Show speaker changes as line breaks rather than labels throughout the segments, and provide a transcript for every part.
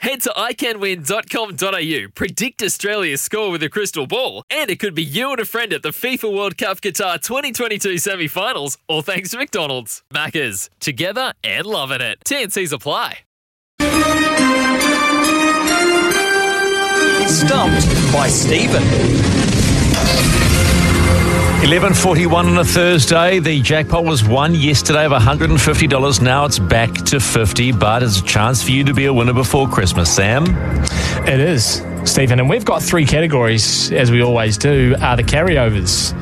Head to iCanWin.com.au, predict Australia's score with a crystal ball, and it could be you and a friend at the FIFA World Cup Qatar 2022 semi finals, all thanks to McDonald's. Maccas, together and loving it. TNC's apply.
Stumped by Stephen.
11.41 on a Thursday. The jackpot was won yesterday of $150. Now it's back to 50 but it's a chance for you to be a winner before Christmas, Sam.
It is, Stephen. And we've got three categories, as we always do, are the carryovers.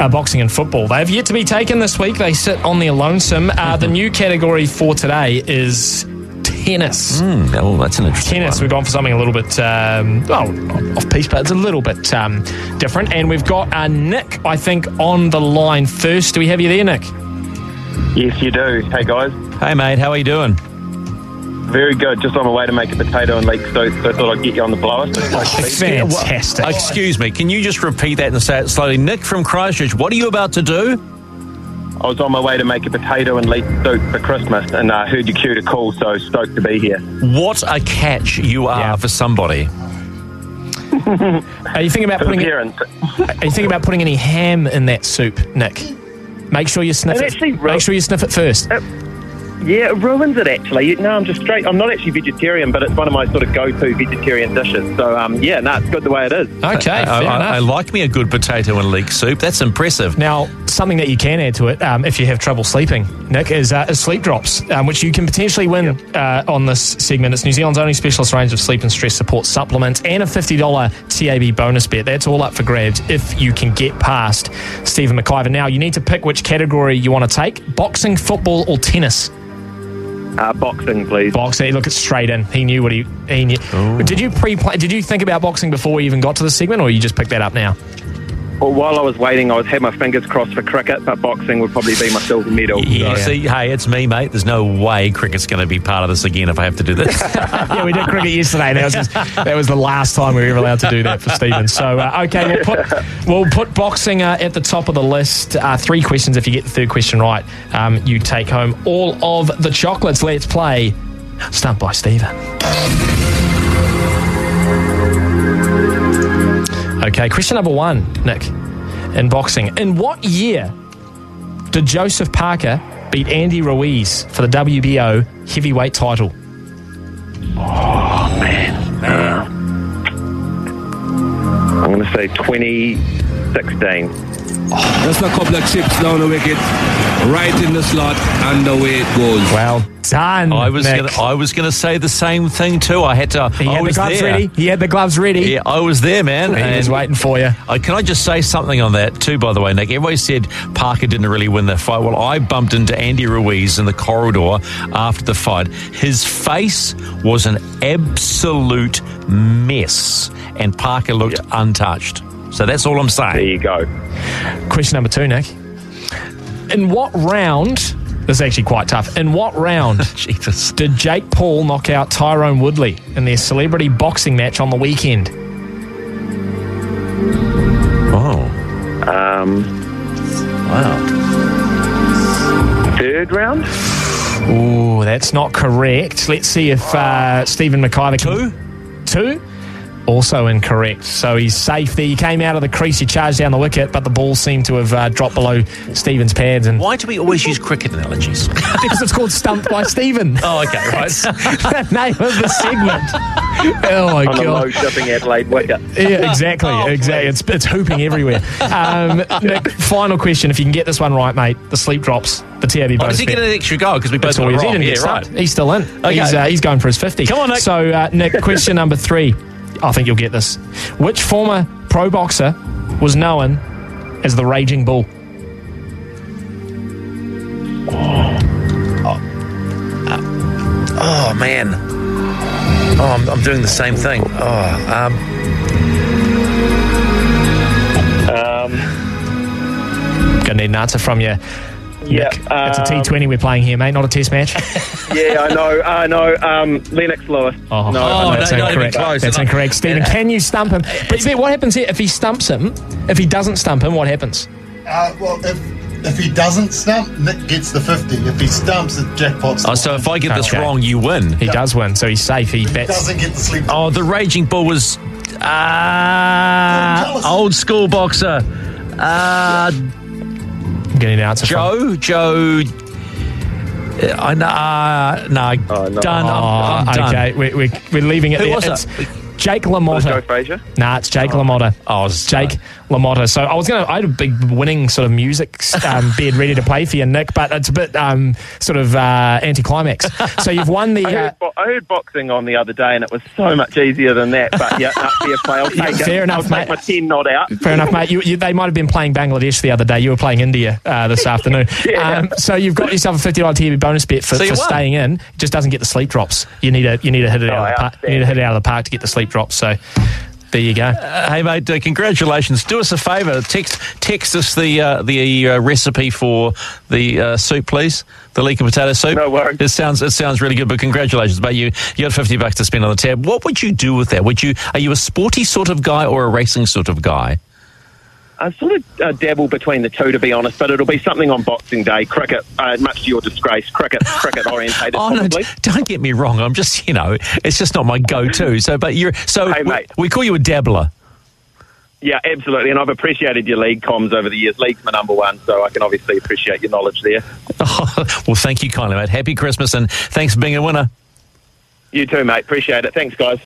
Uh, boxing and football. They have yet to be taken this week. They sit on their lonesome. Uh,
Mm-hmm.
the new category for today is tennis.
Mm,
Hmm, oh, that's an interesting
Tennis.
one.
We've gone for something a little bit, um, well, off piece, but it's a little bit um, different. And we've got uh, Nick, I think, on the line first. Do we have you there, Nick?
Yes, you do. Hey guys,
Hey, mate, how are you doing?
very good. Just on my way to make a potato and leek soup, so I thought I'd get you on the blower.
Fantastic.
Excuse me, can you just repeat that and say it slowly? Nick from Christchurch, what are you about to do?
I was on my way to make a potato and leek soup for Christmas, and I heard you cue to call, so stoked to be here.
What a catch you are
Yeah.
for somebody.
Are you thinking about
For the
putting?
parents,
Are you thinking about putting any ham in that soup, Nick? Make sure you sniff
It
it.
actually ru-
Make sure you sniff it first.
yeah, it ruins it actually. You- No, I'm just straight. I'm not actually vegetarian, but it's one of my sort of go-to vegetarian dishes. So um, yeah, no, it's good the way it is.
Okay,
I,
fair
I-
enough.
I like me a good potato and leek soup. That's impressive.
now, something that you can add to it um, if you have trouble sleeping, Nick, is, uh, is sleep drops, um, which you can potentially win uh, on this segment. It's New Zealand's only specialist range of sleep and stress support supplements and a $50 TAB bonus bet. That's all up for grabs if you can get past Stephen McIver. Now, you need to pick which category you want to take boxing, football, or tennis.
Uh, boxing, please.
boxing. Look, it's straight in. He knew what he he knew. Did you pre Did you think about boxing before we even got to the segment, or you just picked that up now?
Well, while I was waiting, I was had my fingers crossed for cricket, but boxing would probably be my silver medal.
Yeah, see, hey, it's me, mate. There's no way cricket's going to be part of this again if I have to do this.
yeah, we did cricket yesterday. That was that was the last time we were ever allowed to do that for Stephen. So uh, okay, we'll put we'll put boxing uh, at the top of the list. Uh, three questions. If you get the third question right, um, you take home all of the chocolates. Let's play. Stumped by Stephen. Okay, question number one, Nick, in boxing. In what year did Joseph Parker beat Andy Ruiz for the WBO heavyweight title?
I'm going to say 2016.
Just a couple of chips down the wicket, right in the slot, and away it goes.
Well done.
I was
Nick.
gonna, I was going to say the same thing too. I had to.
He
I
had the
was
gloves
there.
ready. He had the gloves ready.
Yeah, I was there, man.
He was
And-
waiting for you.
Uh, can I just say something on that too? By the way, Nick, everybody said Parker didn't really win the fight. Well, I bumped into Andy Ruiz in the corridor after the fight. His face was an absolute mess, and Parker looked untouched. So that's all I'm
There
saying.
you go.
Question number two, Nick. In what round? This is actually quite tough. In what round
Jesus.
did Jake Paul knock out Tyrone Woodley in their celebrity boxing match on the weekend?
Oh,
Um,
wow.
third round.
Oh, that's not correct. Let's see if uh, Stephen McIver
Two?
can. Two? Also incorrect. So he's safe there. He came out of the crease, he charged down the wicket, but the ball seemed to have uh, dropped below Stephen's pads. And
Why do we always use cricket analogies?
because it's called Stumped by Stephen.
oh, okay, right.
the name of the segment. Oh my
on a low
god!
shipping Adelaide wicket.
Yeah, exactly,
Oh,
exactly. It's, it's hooping everywhere. Um, Nick, final question: If you can get this one right, mate, the sleep drops, the TAB
Oh,
bonus.
does he
bet.
get an extra go? Because we both
That's
got
all
it
he is.
wrong. Yeah,
He didn't get
right.
stunned. He's still in.
Okay.
He's, uh, he's going for his 50.
Come on, Nick.
So, uh, Nick, question number three. I think you'll get this. Which former pro boxer was known as the Raging Bull?
Oh man. Oh, I'm, I'm doing the same thing. Oh, um, Um.
Um,
Gonna need an answer from you
Yeah,
Nick, it's a
um,
T20 we're playing here, mate, not a test match.
Yeah, I know. I know. Um, Lennox Lewis.
Oh,
no,
Oh,
I know.
that's
no, not even
incorrect.
close.
That's
And I-
incorrect. Stephen, can you stump him? But see, what happens here if he stumps him? If he doesn't stump him, what happens?
Uh, well, if if he doesn't stump, Nick gets the fifty. If he stumps, the jackpot's.
Oh,
the
so
one.
if I get this
Okay.
wrong, you win.
He does win, so he's safe. He
he
bets.
doesn't get the sleep.
Oh, the Raging Bull was uh,
us.
old school boxer. Uh,
Getting an answer. from-
Joe, Joe. I know. Uh, no,
Oh, no.
done. Uh, I'm,
Oh,
I'm done.
okay. We're, we're, we're leaving it
Who
there.
was
it's
it?
Jake
Was it Joe
LaMotta.
Frazier.
Nah, it's Jake LaMotta.
Oh, it's
Jake LaMotta. So I was going to, I had a big winning sort of music um, bed ready to play for you, Nick, but it's a bit um, sort of uh, anticlimax. So you've won the.
I
Uh,
heard, bo- I heard boxing on the other day, and it was so much easier than that. But yeah, no, fair play. I'll take it.
fair enough,
I'll
mate.
take my ten not out.
Fair enough, mate. You, you, they might have been playing Bangladesh the other day. You were playing India uh, this afternoon.
Yeah.
um, so you've got yourself a fifty dollars TV bonus bet for,
So you
for
won.
staying in. It just doesn't get the sleep drops. You need a you need to hit it
Oh,
out of the park. You need to hit it out of the park to get the sleep drops. So there you go.
Hey mate, uh, congratulations! Do us a favour, text text us the uh, the uh, recipe for the uh, soup, please. The leek and potato soup.
No worries.
It sounds it sounds really good, but congratulations, mate! You you got fifty bucks to spend on the tab. What would you do with that? Would you are you a sporty sort of guy or a racing sort of guy?
I sort of uh, dabble between the two, to be honest. But it'll be something on Boxing Day. Cricket, uh, much to your disgrace, cricket, cricket orientated,
Oh no!
probably.
d- Don't get me wrong. I'm just you know it's just not my go-to. So, but you're so
Hey,
we-
mate.
we call you a dabbler.
Yeah, absolutely. And I've appreciated your league comms over the years. League's my number one, so I can obviously appreciate your knowledge there.
well, thank you kindly, mate. Happy Christmas and thanks for being a winner.
You too, mate. Appreciate it. Thanks, guys.